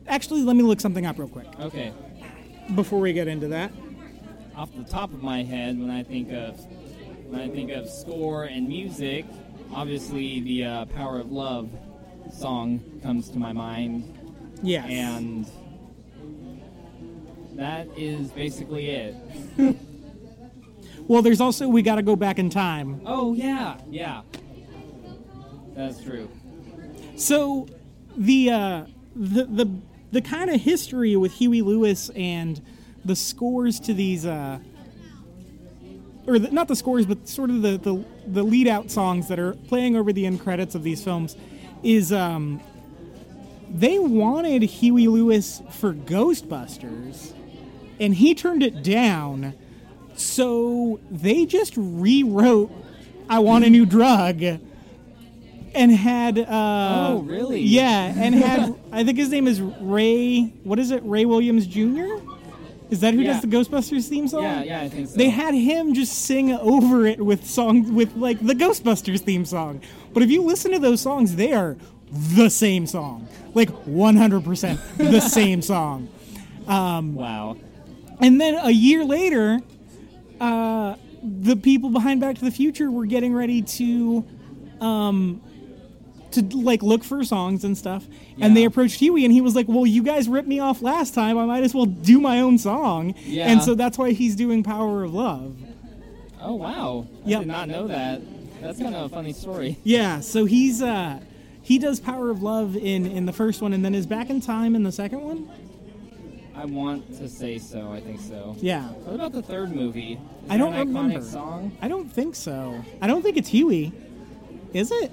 A: Actually, let me look something up real quick
B: Okay.
A: before we get into that.
B: Off the top of my head, when I think of when I think of score and music, obviously the uh, "Power of Love" song comes to my mind,
A: Yes.
B: and that is basically it.
A: Well, there's also we got to go back in time.
B: Oh yeah, yeah. That's true.
A: So the uh, the the the kind of history with Huey Lewis and the scores to these uh, or the, not the scores, but sort of the, the the lead out songs that are playing over the end credits of these films is um, they wanted Huey Lewis for Ghostbusters, and he turned it down. So they just rewrote "I Want a New Drug" and had. Uh,
B: Oh, really?
A: Yeah, and had I think his name is Ray. What is it? Ray Williams Jr. Is that who
B: Yeah.
A: does the Ghostbusters theme song?
B: Yeah, yeah, I think so.
A: They had him just sing over it with songs with like the Ghostbusters theme song. But if you listen to those songs, they are the same song, like 100% the same song.
B: wow.
A: And then a year later, uh, the people behind Back to the Future were getting ready to, um, to like look for songs and stuff. And they
B: Yeah.
A: approached Huey, and he was like, "Well, you guys ripped me off last time. I might as well do my own song."
B: Yeah.
A: And so that's why he's doing "Power of Love."
B: Oh wow. I
A: Yep.
B: did not know that. That's kind of a funny story.
A: Yeah, so he's uh he does Power of Love in in the first one and then is back in time in the second one?
B: I want to say so. I think so.
A: Yeah.
B: What about the third movie? Is
A: I
B: there
A: don't
B: an iconic
A: remember.
B: song.
A: I don't think so. I don't think it's Huey. Is it?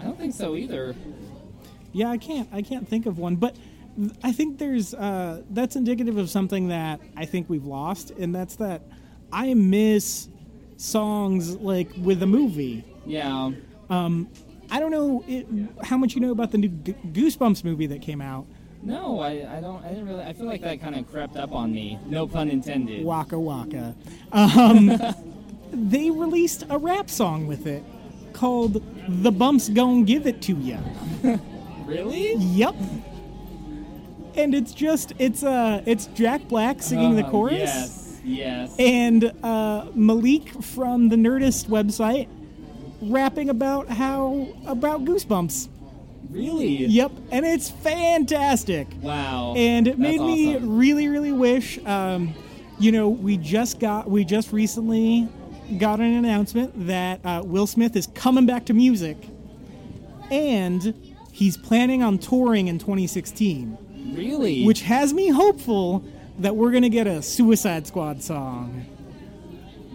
B: I don't think so either.
A: Yeah, I can't I can't think of one, but th- I think there's uh that's indicative of something that I think we've lost and that's that I miss songs like with a movie.
B: Yeah.
A: I don't know it, how much you know about the new G- Goosebumps movie that came out.
B: No, I, I don't. I didn't really. I feel like that kind of crept up on me. No pun intended.
A: Waka Waka. Um, they released a rap song with it called The Bumps Gon' Give It To Ya.
B: Really?
A: Yep. And it's just it's uh it's Jack Black singing the
B: Uh,
A: chorus
B: Yes. Yes.
A: and uh, Malik from the Nerdist website rapping about how about goosebumps.
B: really?
A: Yep, and it's fantastic.
B: Wow.
A: and it
B: That's
A: made me
B: awesome.
A: really really wish um, you know we just got we just recently got an announcement that uh, will smith is coming back to music and he's planning on touring in 2016
B: Really?
A: which has me hopeful that we're gonna get a suicide squad song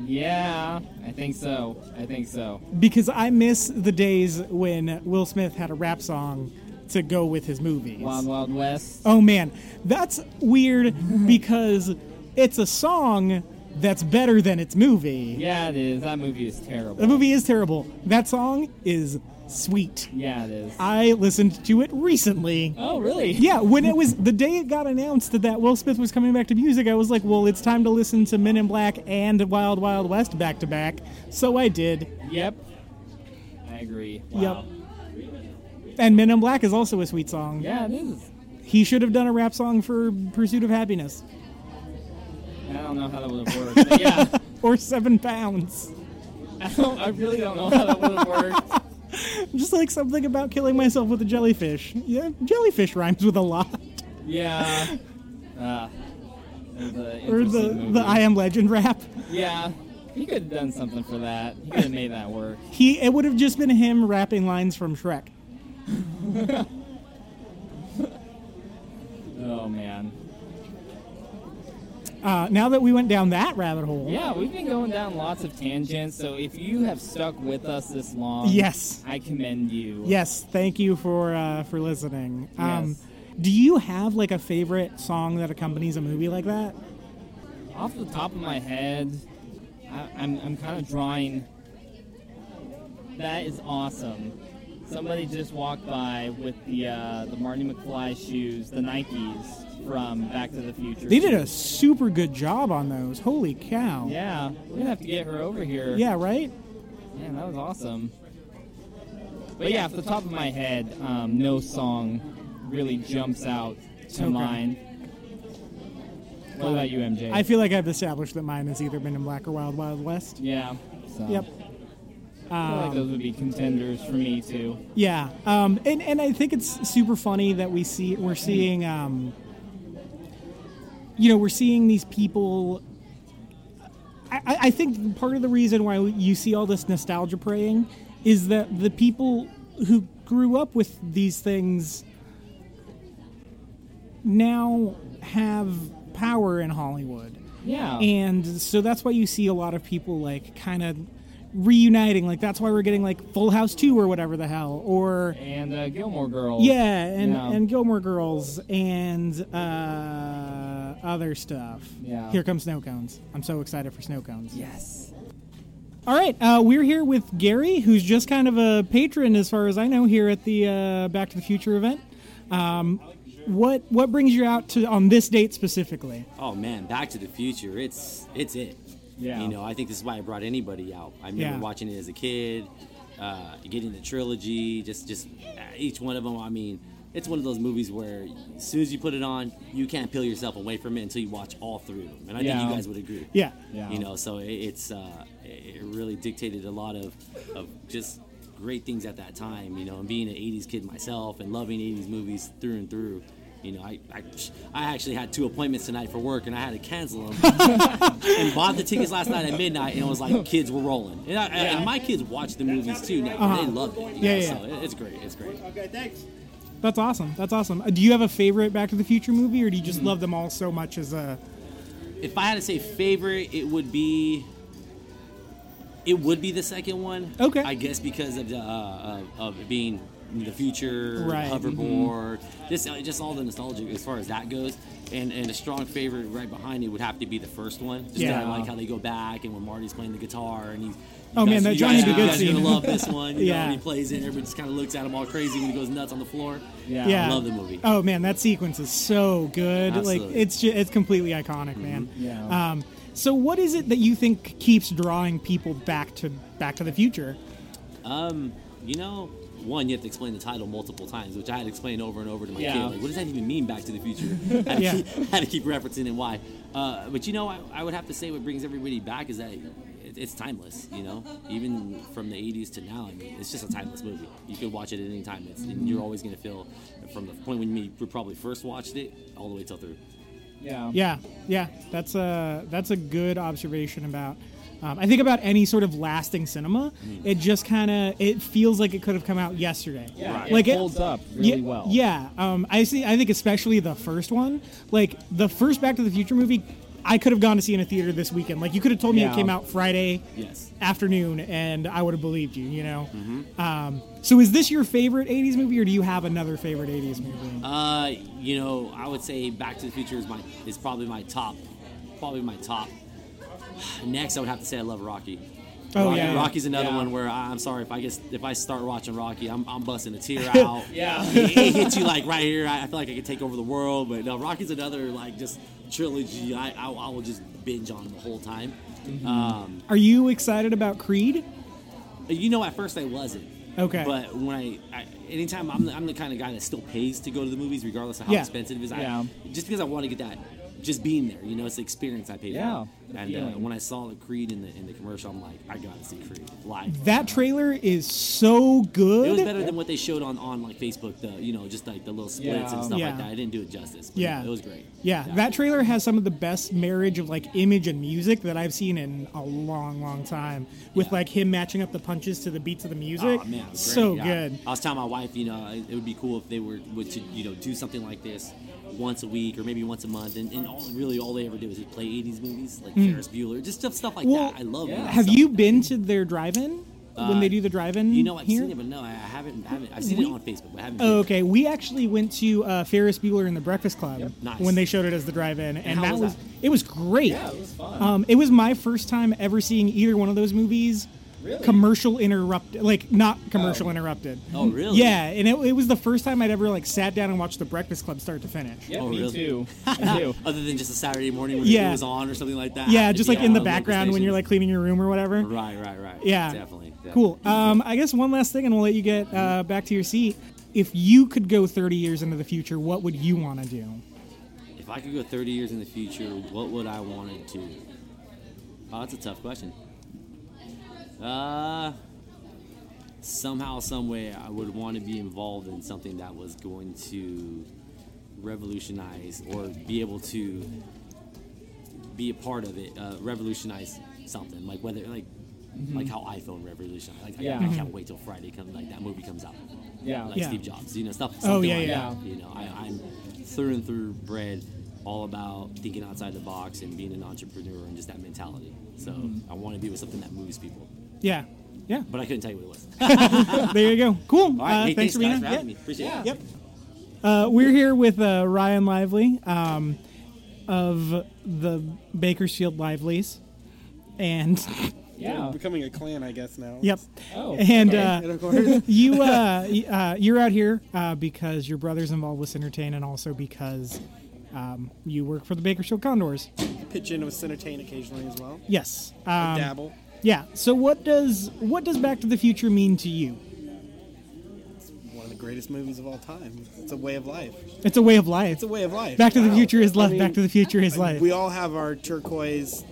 B: Yeah. I think so. I think so.
A: because i miss the days when will smith had a rap song to go with his movies
B: Wild Wild West.
A: Oh man, that's weird because it's a song that's better than its movie.
B: Yeah, it is. That movie is
A: The
B: terrible.
A: movie is terrible. That song is sweet.
B: Yeah, it is.
A: I listened to it recently.
B: Oh, really?
A: Yeah, when it was the day it got announced that, that Will Smith was coming back to music, I was like, well, it's time to listen to Men in Black and Wild Wild West back to back. So I did.
B: Yep. I agree. Wow.
A: And Men in Black is also a sweet song.
B: Yeah, it is.
A: He should have done a rap song for Pursuit of Happiness
B: I don't know how that would have worked. But yeah.
A: or Seven Pounds.
B: I, don't, I really don't know how that would have worked.
A: Just like something about killing myself with a jellyfish. Yeah, jellyfish rhymes with a lot.
B: Yeah. Uh, the
A: Or the, the I Am Legend rap.
B: Yeah. He could have done something for that. He could have made that work.
A: He it would have just been him rapping lines from Shrek.
B: Oh, man.
A: Uh, now that we went down that rabbit hole,
B: Yeah, we've been going down lots of tangents, so if you have stuck with us this long,
A: Yes.
B: I commend you.
A: yes, thank you for uh, for listening. Um,
B: Yes.
A: do you have like a favorite song that accompanies a movie like that?
B: Off the top of my head, I, I'm, I'm kind of drawing. That is awesome. Somebody just walked by with the uh, the Marty McFly shoes, the Nikes from Back to the Future.
A: They did a super good job on those. Holy cow!
B: Yeah, we're gonna have to get her over here.
A: Yeah, right.
B: Man, that was awesome. But yeah, off the top of my head, um, no song really jumps out to
A: Okay.
B: mind. What about you, MJ?
A: I feel like I've established that mine has either been in Black or Wild Wild West.
B: yeah. So.
A: Yep. um,
B: I feel like those would be contenders for me too.
A: Yeah, um, and and I think it's super funny that we see we're seeing, um, you know, we're seeing these people. I, I I think part of the reason why you see all this nostalgia praying is that the people who grew up with these things now have power in Hollywood.
B: Yeah.
A: And so that's why you see a lot of people like kind of reuniting. Like that's why we're getting like Full House 2 or whatever the hell. Or
B: And uh, Gilmore Girls.
A: yeah, and,
B: Yeah.
A: and Gilmore Girls and uh, other stuff.
B: Yeah.
A: Here comes snow cones. I'm so excited for snow cones.
B: Yes.
A: All right, uh, we're here with Gary, who's just kind of a patron, as far as I know, here at the uh, Back to the Future event. Um, what what brings you out to on this date specifically?
F: Oh man, Back to the Future, it's it's it.
B: Yeah.
F: You know, I think this is why I brought anybody out. I remember
A: Yeah.
F: watching it as a kid, uh, getting the trilogy, just just uh, each one of them. I mean, it's one of those movies where as soon as you put it on, you can't peel yourself away from it until you watch all three of them. And I
B: Yeah.
F: think you guys would agree.
A: Yeah.
B: Yeah.
F: You know, so it, it's uh, it it really dictated a lot of of just great things at that time. You know, and being an '80s kid myself and loving '80s movies through and through. You know, I, I I actually had two appointments tonight for work, and I had to cancel them. and bought the tickets last night at midnight, and it was like kids were rolling. And, I, and my kids watch the movies too now. and They love it. you
A: Uh-huh. Yeah, yeah.
F: know, So it- it's great. It's great.
A: That's awesome. That's awesome. Uh, Do you have a favorite Back to the Future movie, or do you just
F: Mm.
A: love them all so much as a?
F: If I had to say favorite, it would be. It would be the second one.
A: Okay.
F: I guess because of the uh, of, of it being the future
A: Right. mm-hmm.
F: hoverboard, just uh, just all the nostalgia as far as that goes, and and a strong favorite right behind it would have to be the first one. Just 'cause
A: Yeah.
F: I like how they go back and when Marty's playing the guitar and he's. you
A: Oh, man,
F: guys-
A: that
F: you
A: Johnny
F: guys-
A: B. Good
F: You guys are
A: scene.
F: gonna love this one. You yeah.
A: Yeah.
F: Know, when he plays it, and everybody just kind of looks at him all crazy when he goes nuts on the floor.
B: Yeah.
A: Yeah,
F: love the movie.
A: Oh man, that sequence is so good. Like
F: Absolutely. Mm-hmm.
A: it's just, it's completely iconic, man.
B: Yeah.
A: Um, so what is it that you think keeps drawing people back to Back to the Future?
F: You know, one, you have to explain the title multiple times, which I had to explain over and over to my
B: Yeah.
F: kid. Like, what does that even mean, Back to the Future? I had,
A: Yeah.
F: to, keep, had to keep referencing and why. Uh, but you know, I, I would have to say what brings everybody back is that it, it's timeless, you know? Even from the 80s to now, I mean, it's just a timeless movie. You could watch it at any time, it's, and you're always going to feel, from the point when you probably first watched it, all the way till through.
B: Yeah.
A: Yeah, yeah, that's a that's a good observation about. Um, I think about any sort of lasting cinema, it just kind of it feels like it could have come out yesterday.
B: Yeah,
A: like
B: it holds up really
A: yeah,
B: well.
A: Yeah, um, I see. I think especially the first one, like the first Back to the Future movie, I could have gone to see in a theater this weekend. Like you could have told me it
B: Yeah.
A: came out Friday
F: Yes.
A: afternoon, and I would have believed you. You know.
B: Mm-hmm.
A: Um, so is this your favorite '80s movie, or do you have another favorite '80s movie?
F: Uh, you know, I would say Back to the Future is my is probably my top, probably my top Next, I would have to say I love Rocky.
A: Oh,
F: Rocky-
A: yeah.
F: Rocky's another
B: Yeah.
F: one where I, I'm sorry if I guess if I start watching Rocky, I'm, I'm busting a tear out.
B: Yeah.
F: it, it hits you like right here. I, I feel like I could take over the world, but no, Rocky's another like just trilogy. I I, I will just binge on the whole time. Um,
A: Are you excited about Creed?
F: you know, at first I wasn't.
A: Okay.
F: But when I, I anytime I'm the, I'm the kind of guy that still pays to go to the movies, regardless of how
A: Yeah.
F: expensive it is.
G: Yeah.
F: I, just because I want to get that, just being there, you know, it's the experience I paid
G: Yeah,
F: for.
G: the
F: And uh,
G: feeling.
F: when I saw the Creed in the in the commercial, I'm like, I gotta see Creed live.
A: That trailer is so good.
F: It was better than what they showed on, on like Facebook, the you know, just like the little splits
B: Yeah.
F: and stuff
A: Yeah.
F: like that. I didn't do it justice. But
A: Yeah.
F: it was great.
A: Yeah, that trailer has some of the best marriage of like image and music that I've seen in a long, long time. With
F: Yeah.
A: like him matching up the punches to the beats of the music.
F: Oh, man, it was
A: so
F: great. Yeah.
A: good.
F: I was telling my wife, you know, it, it would be cool if they were would to you know do something like this once a week or maybe once a month, and, and all really all they ever do is just play '80s movies like Ferris Bueller, just stuff stuff like
A: Hmm. Well,
F: that. I love.
B: yeah.
F: that
A: Have
F: stuff.
A: you been to their drive-in when they do the drive-in?
F: You know, I've
A: here?
F: seen it, but no, I I haven't. I haven't I've seen
A: We-
F: it on Facebook, but I haven't.
A: Oh,
F: been.
A: okay. We actually went to uh, Ferris Bueller and the Breakfast Club
F: Nice.
A: when they showed it as the drive-in, and,
F: how
A: that
F: was
A: was
F: that?
A: it was great.
B: Yeah, it was fun.
A: Um, it was my first time ever seeing either one of those movies.
B: Really?
A: Commercial interrupted, like not commercial interrupted.
F: Oh, really?
A: Yeah, and it, it was the first time I'd ever like sat down and watched The Breakfast Club start to finish.
B: yeah,
F: Oh,
B: me
F: really?
B: too. I do.
F: Other than just a Saturday morning when
A: Yeah.
F: it was on or something like that.
A: Yeah, just like in the
F: on local
A: background when you're like
F: stations.
A: cleaning your room or whatever.
F: Right, right, right.
A: Yeah.
F: definitely. definitely.
A: Cool. Um, I guess one last thing, and we'll let you get uh, back to your seat. If you could go 30 years into the future, what would you want to do?
F: If I could go 30 years in the future, what would I want to do? Oh, that's a tough question. Uh, somehow, some way, I would want to be involved in something that was going to revolutionize or be able to be a part of it, uh, revolutionize something. Like whether like like how iPhone revolutionized. Like
B: Yeah.
F: I, I can't wait till Friday comes. Like that movie comes out
B: Yeah.
F: like
A: Yeah.
F: Steve Jobs, you know, stuff. Something
A: Oh, yeah,
F: like
A: yeah.
F: That. You know, I, I'm through and through bred all about thinking outside the box and being an entrepreneur and just that mentality. So
A: Mm-hmm.
F: I want to be with something that moves people,
A: Yeah. Yeah.
F: but I couldn't tell you what it was.
A: there you go. Cool.
F: All right,
A: uh,
F: hey,
A: thanks,
F: guys,
A: Rena.
F: for
A: Yeah.
F: having me. Appreciate
B: Yeah.
F: it.
A: Yep. Uh, we're here with uh, Ryan Lively um, of the Bakersfield Livelies. And,
B: Yeah.
H: becoming a clan, I guess now.
A: yep.
B: Oh.
A: And
H: And
A: uh,
H: of course,
A: you, uh, y- uh, you're out here uh, because your brother's involved with Centertain and also because um, you work for the Bakersfield Condors.
H: pitch in with Centertain occasionally as well.
A: Yes.
H: I
A: Um,
H: dabble.
A: yeah. So what does what does Back to the Future mean to you?
H: One of the greatest movies of all time. It's a way of life.
A: It's a way of life.
H: It's a way of life.
A: Back to the
H: Wow.
A: Future is
H: I
A: love.
H: mean,
A: Back to the Future is
H: like,
A: life.
H: We all have our turquoise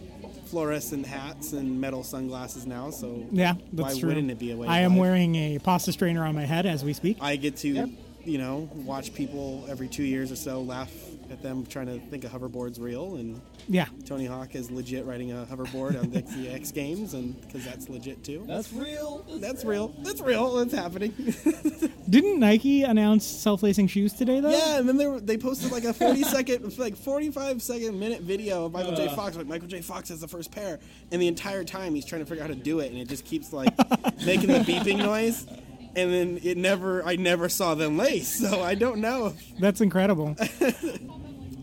H: fluorescent hats and metal sunglasses now, so
A: Yeah, that's
H: why
A: true.
H: wouldn't it be a way
A: I
H: of
A: am
H: life?
A: wearing a pasta strainer on my head as we speak.
H: I get to, you know, watch people every two years or so laugh at them trying to think a hoverboard's real, and
A: yeah.
H: Tony Hawk is legit riding a hoverboard on the, the X Games, and because that's legit too.
B: That's real.
H: That's real. That's real. That's happening.
A: Didn't Nike announce self-lacing shoes today though?
H: yeah, and then they were, they posted like a forty second, like forty five second minute video of Michael J.
B: Ugh.
H: Fox. Like Michael J. Fox has the first pair, and the entire time he's trying to figure out how to do it, and it just keeps like making the beeping noise. And then it never, I never saw them lace, so I don't know.
A: That's incredible.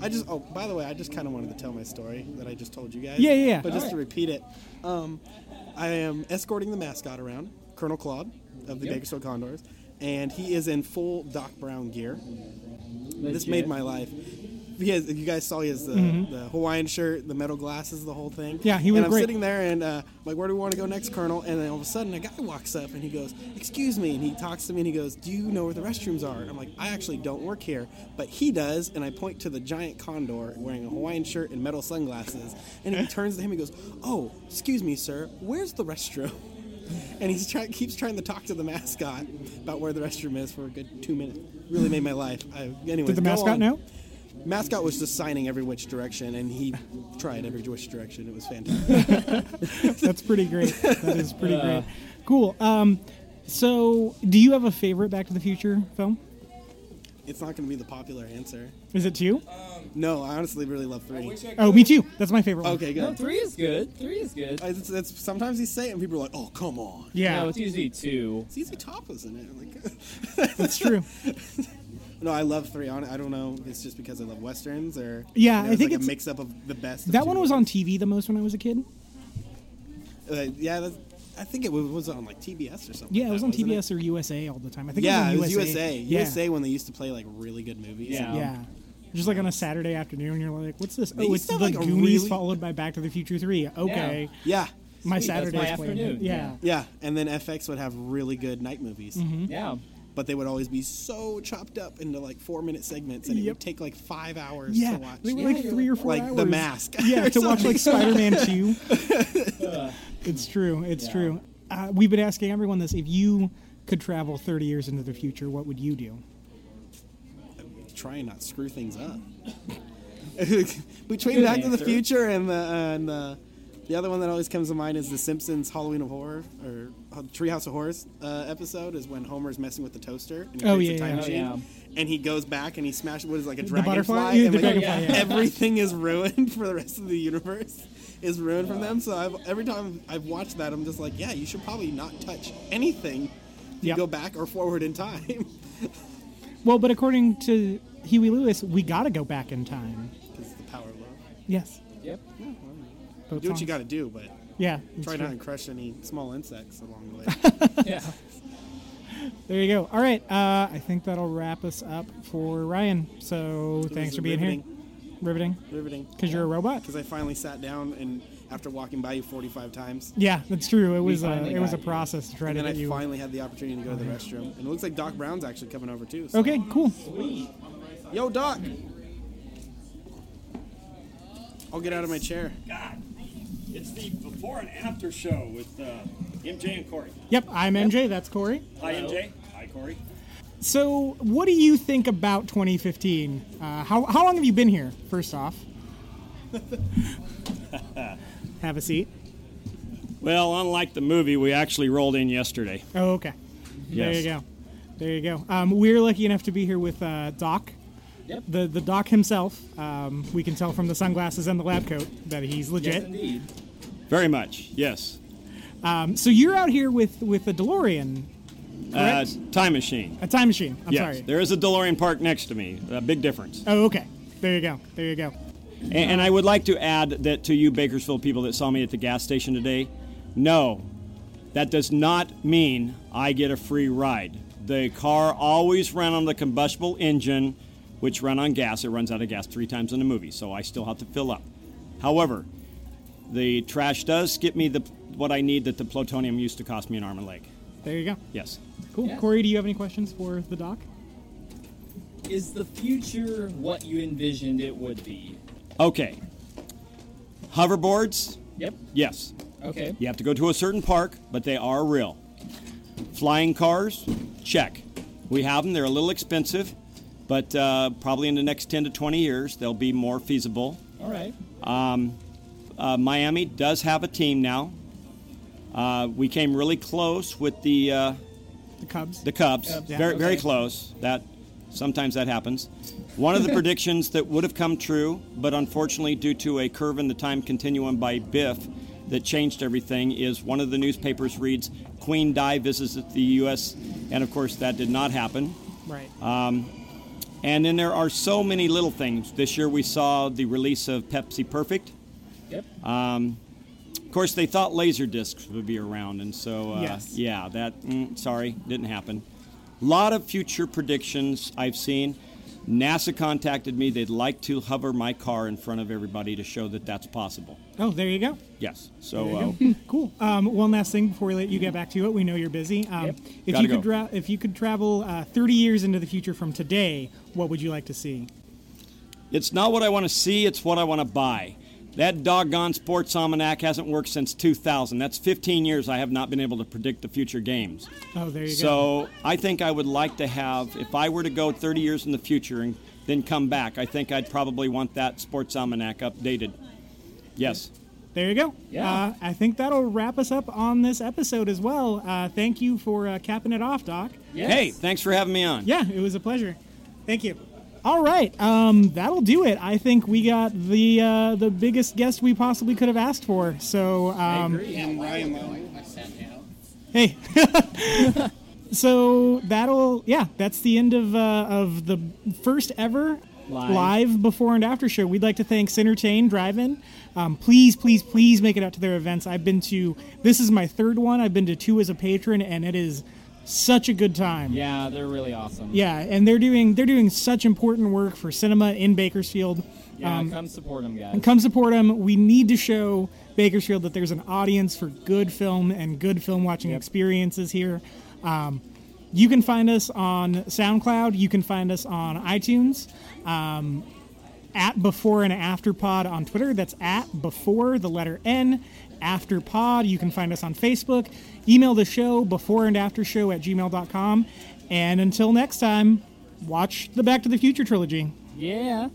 H: I just, oh, by the way, I just kind of wanted to tell my story that I just told you guys.
A: Yeah, yeah, yeah.
H: But just to repeat it, um, I am escorting the mascot around, Colonel Claude of the Bakersfield Condors, and he is in full Doc Brown gear. This made my life. He has, you guys saw he has the, the Hawaiian shirt, the metal glasses, the whole thing.
A: Mm-hmm. Yeah, he was
H: And I'm
A: great.
H: sitting there and uh, I'm like, where do we want to go next, Colonel? And then all of a sudden, a guy walks up and he goes, "Excuse me," and he talks to me and he goes, "Do you know where the restrooms are?" And I'm like, "I actually don't work here," but he does, and I point to the giant condor wearing a Hawaiian shirt and metal sunglasses, and he turns to him and goes, "Oh, excuse me, sir, where's the restroom?" And he's try- keeps trying to talk to the mascot about where the restroom is for a good two minutes. Really made my life. I, anyways,
A: Did the
H: go
A: mascot
H: on.
A: know?
H: Mascot was just signing every which direction, and he tried every which direction. It was fantastic.
A: That's pretty great. That is pretty great. Cool. Um, so do you have a favorite Back to the Future film?
H: it's not going to be the popular answer.
A: Is it two?
H: No, I honestly really love three.
A: Oh, me too. That's my favorite one.
H: Okay,
B: No,
H: good.
B: three is good. Three is good.
H: I, it's, it's, sometimes you say it, and people are like, "Oh, come on."
A: Yeah,
B: No, it's usually two.
H: It's easy topless in it. I'm Like,
A: that's true.
H: no, I love three. On I don't know. if It's just because I love westerns, or
A: Yeah,
H: you know,
A: I think
H: like
A: it's-
H: a mix up of the best. of
A: That
H: two
A: one was
H: worlds.
A: on TV the most when I was a kid.
H: uh, yeah, that's, I think it was, was on like TBS or something.
A: Yeah,
H: like
A: it was
H: that,
A: on
H: wasn't
A: TBS or USA all the time. I think
H: yeah,
A: it
H: it
A: was on
H: was
A: USA.
H: USA.
A: Yeah.
H: USA when they used to play like really good movies.
B: Yeah.
A: Yeah. Just like on a Saturday afternoon, you're like, "What's this?
H: Um, They
A: Oh,
H: used
A: it's
H: to
A: the
H: have, like, a
A: Goonies
H: really-
A: followed by Back to the Future Three. Okay,
H: Yeah.
A: my
B: Sweet, that's
A: Saturday's
B: my
A: playing.
B: afternoon,
A: Yeah.
B: yeah.
H: Yeah, and then FX would have really good night movies,
A: Mm-hmm.
B: Yeah.
H: but they would always be so chopped up into like four minute segments, and it
A: Yep.
H: would take like five hours
A: yeah.
H: to watch.
A: They were like three or four
H: like
A: hours.
H: The Mask.
A: Yeah,
H: or
A: to watch like Spider Man Two.
B: Ugh.
A: It's true. It's
B: Yeah.
A: true. Uh, we've been asking everyone this: if you could travel 30 years into the future, what would you do?
H: try and not screw things up. Between Back to the
B: answer.
H: Future and the and the, the other one that always comes to mind is the Simpsons Halloween of Horror or Treehouse of Horrors uh, episode is when Homer's messing with the toaster and he
A: Oh,
H: creates
A: yeah, yeah.
H: a time
A: Oh,
H: machine.
B: yeah.
H: And he goes back and he smashes what is it, like a
A: The
H: dragonfly,
A: butterfly? Yeah,
H: and
A: the
H: like,
A: dragonfly, yeah.
H: everything is ruined for the rest of the universe is ruined from them. So I've, every time I've watched that, I'm just like, yeah, you should probably not touch anything. You
A: Yep.
H: go back or forward in time.
A: Well, but according to Huey Lewis, we gotta go back in time.
H: Because the power of love.
A: Yes.
B: Yep.
A: Both
H: Do what you
A: songs.
H: got to do, but
A: Yeah. it's
H: Try
A: true.
H: not to crush any small insects along the way.
B: Yeah.
A: There you go. All right. Uh, I think that'll wrap us up for Ryan. So thanks
H: was
A: for being here. Riveting.
H: Riveting.
A: Because you're a robot.
H: Because I finally sat down and after walking by you 45 times,
A: Yeah, that's true. It was a,
B: finally
A: it was a
B: got you.
A: process to try
H: and
A: to
H: then I
A: get you.
H: finally had the opportunity to go to the restroom. And it looks like Doc Brown's actually coming over too. So.
A: Okay, cool.
H: Yo, Doc! I'll get out of my chair.
I: God, it's the before and after show with uh, MJ and Corey.
A: Yep, I'm MJ. That's Corey.
I: Hi, MJ. Hi, Corey.
A: So, what do you think about 2015? Uh, how how long have you been here? First off, have a seat.
I: Well, unlike the movie, we actually rolled in yesterday.
A: Oh, okay. There you go. There you go. Um, we're lucky enough to be here with uh, Doc.
B: Yep.
A: The the Doc himself. Um, we can tell from the sunglasses and the lab coat that he's legit.
B: Yes, indeed.
I: Very much, yes.
A: Um, so you're out here with with a DeLorean,
I: Uh,
A: correct?
I: time machine.
A: a time machine. I'm
I: yes,
A: sorry.
I: there is a DeLorean park next to me. A big difference.
A: Oh, okay. There you go. There you go.
I: And, and I would like to add that to you, Bakersfield people that saw me at the gas station today, no, that does not mean I get a free ride. The car always ran on the combustible engine, which ran on gas. It runs out of gas three times in the movie, so I still have to fill up. However, the trash does get me the what I need that the plutonium used to cost me an arm and leg.
A: There you go.
I: Yes.
A: Cool.
B: Yeah.
A: Corey, do you have any questions for the Doc?
B: Is the future what you envisioned it would be?
I: Okay. Hoverboards?
B: Yep.
I: Yes.
B: Okay.
I: You have to go to a certain park, but they are real. Flying cars, check. We have them. They're a little expensive, but uh, probably in the next 10 to 20 years, they'll be more feasible.
B: All right.
I: Uh, Miami does have a team now. Uh, we came really close with the uh,
A: The Cubs.
I: the Cubs,
A: yeah.
I: very very
B: Okay.
I: close. That sometimes that happens. One of the predictions that would have come true, but unfortunately, due to a curve in the time continuum by Biff that changed everything, is one of the newspapers reads Queen Di visits the U.S., and of course that did not happen.
A: right.
I: Uh, And then there are so many little things. This year we saw the release of Pepsi Perfect.
B: Yep.
I: Of course, they thought laser discs would be around, and so uh,
A: Yes.
I: yeah, that mm, sorry didn't happen. A lot of future predictions I've seen. NASA contacted me; they'd like to hover my car in front of everybody to show that that's possible.
A: oh, there you go.
I: Yes, so
A: There
I: uh,
A: you go. cool. Um, one last thing before we let you get back to it. We know you're busy. Um, If
I: Gotta
A: you could,
I: go.
A: dra- if you could travel uh, 30 years into the future from today, what would you like to see?
I: it's not what I want to see; it's what I want to buy. That doggone sports almanac hasn't worked since 2000. That's 15 years I have not been able to predict the future games.
A: Oh, there you go.
I: So I think I would like to have, if I were to go 30 years in the future and then come back, I think I'd probably want that sports almanac updated. Yes.
A: There you go.
B: Yeah.
A: Uh, I think that'll wrap us up on this episode as well. Uh, thank you for uh, capping it off, Doc.
B: Yes.
I: Hey, thanks for having me on.
A: Yeah, it was a pleasure. Thank you. All right, um, that'll do it. I think we got the uh, the biggest guest we possibly could have asked for. So um, hey so that'll yeah that's the end of uh, of the first ever
B: Live.
A: live before and after show. We'd like to thank Centertain Drive-In. Um, please, please, please make it out to their events. I've been to this is my third one. I've been to two as a patron, and it is such a good time.
B: Yeah, they're really awesome.
A: Yeah, and they're doing they're doing such important work for cinema in Bakersfield.
B: Yeah,
A: Um,
B: come support them, guys.
A: come support them. We need to show Bakersfield that there's an audience for good film and good film watching experiences here. Um, you can find us on SoundCloud. You can find us on iTunes. Um, at before and after pod on Twitter. That's at before the letter N after pod. You can find us on Facebook. Email the show before and after show at gmail.com. And until next time, watch the Back to the Future trilogy.
B: yeah.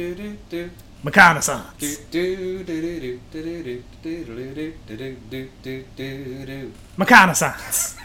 H: Do,
J: Reconnaissance.
H: do, do, do, do, do, do, do, do, do, do, do, do, do.
J: Reconnaissance.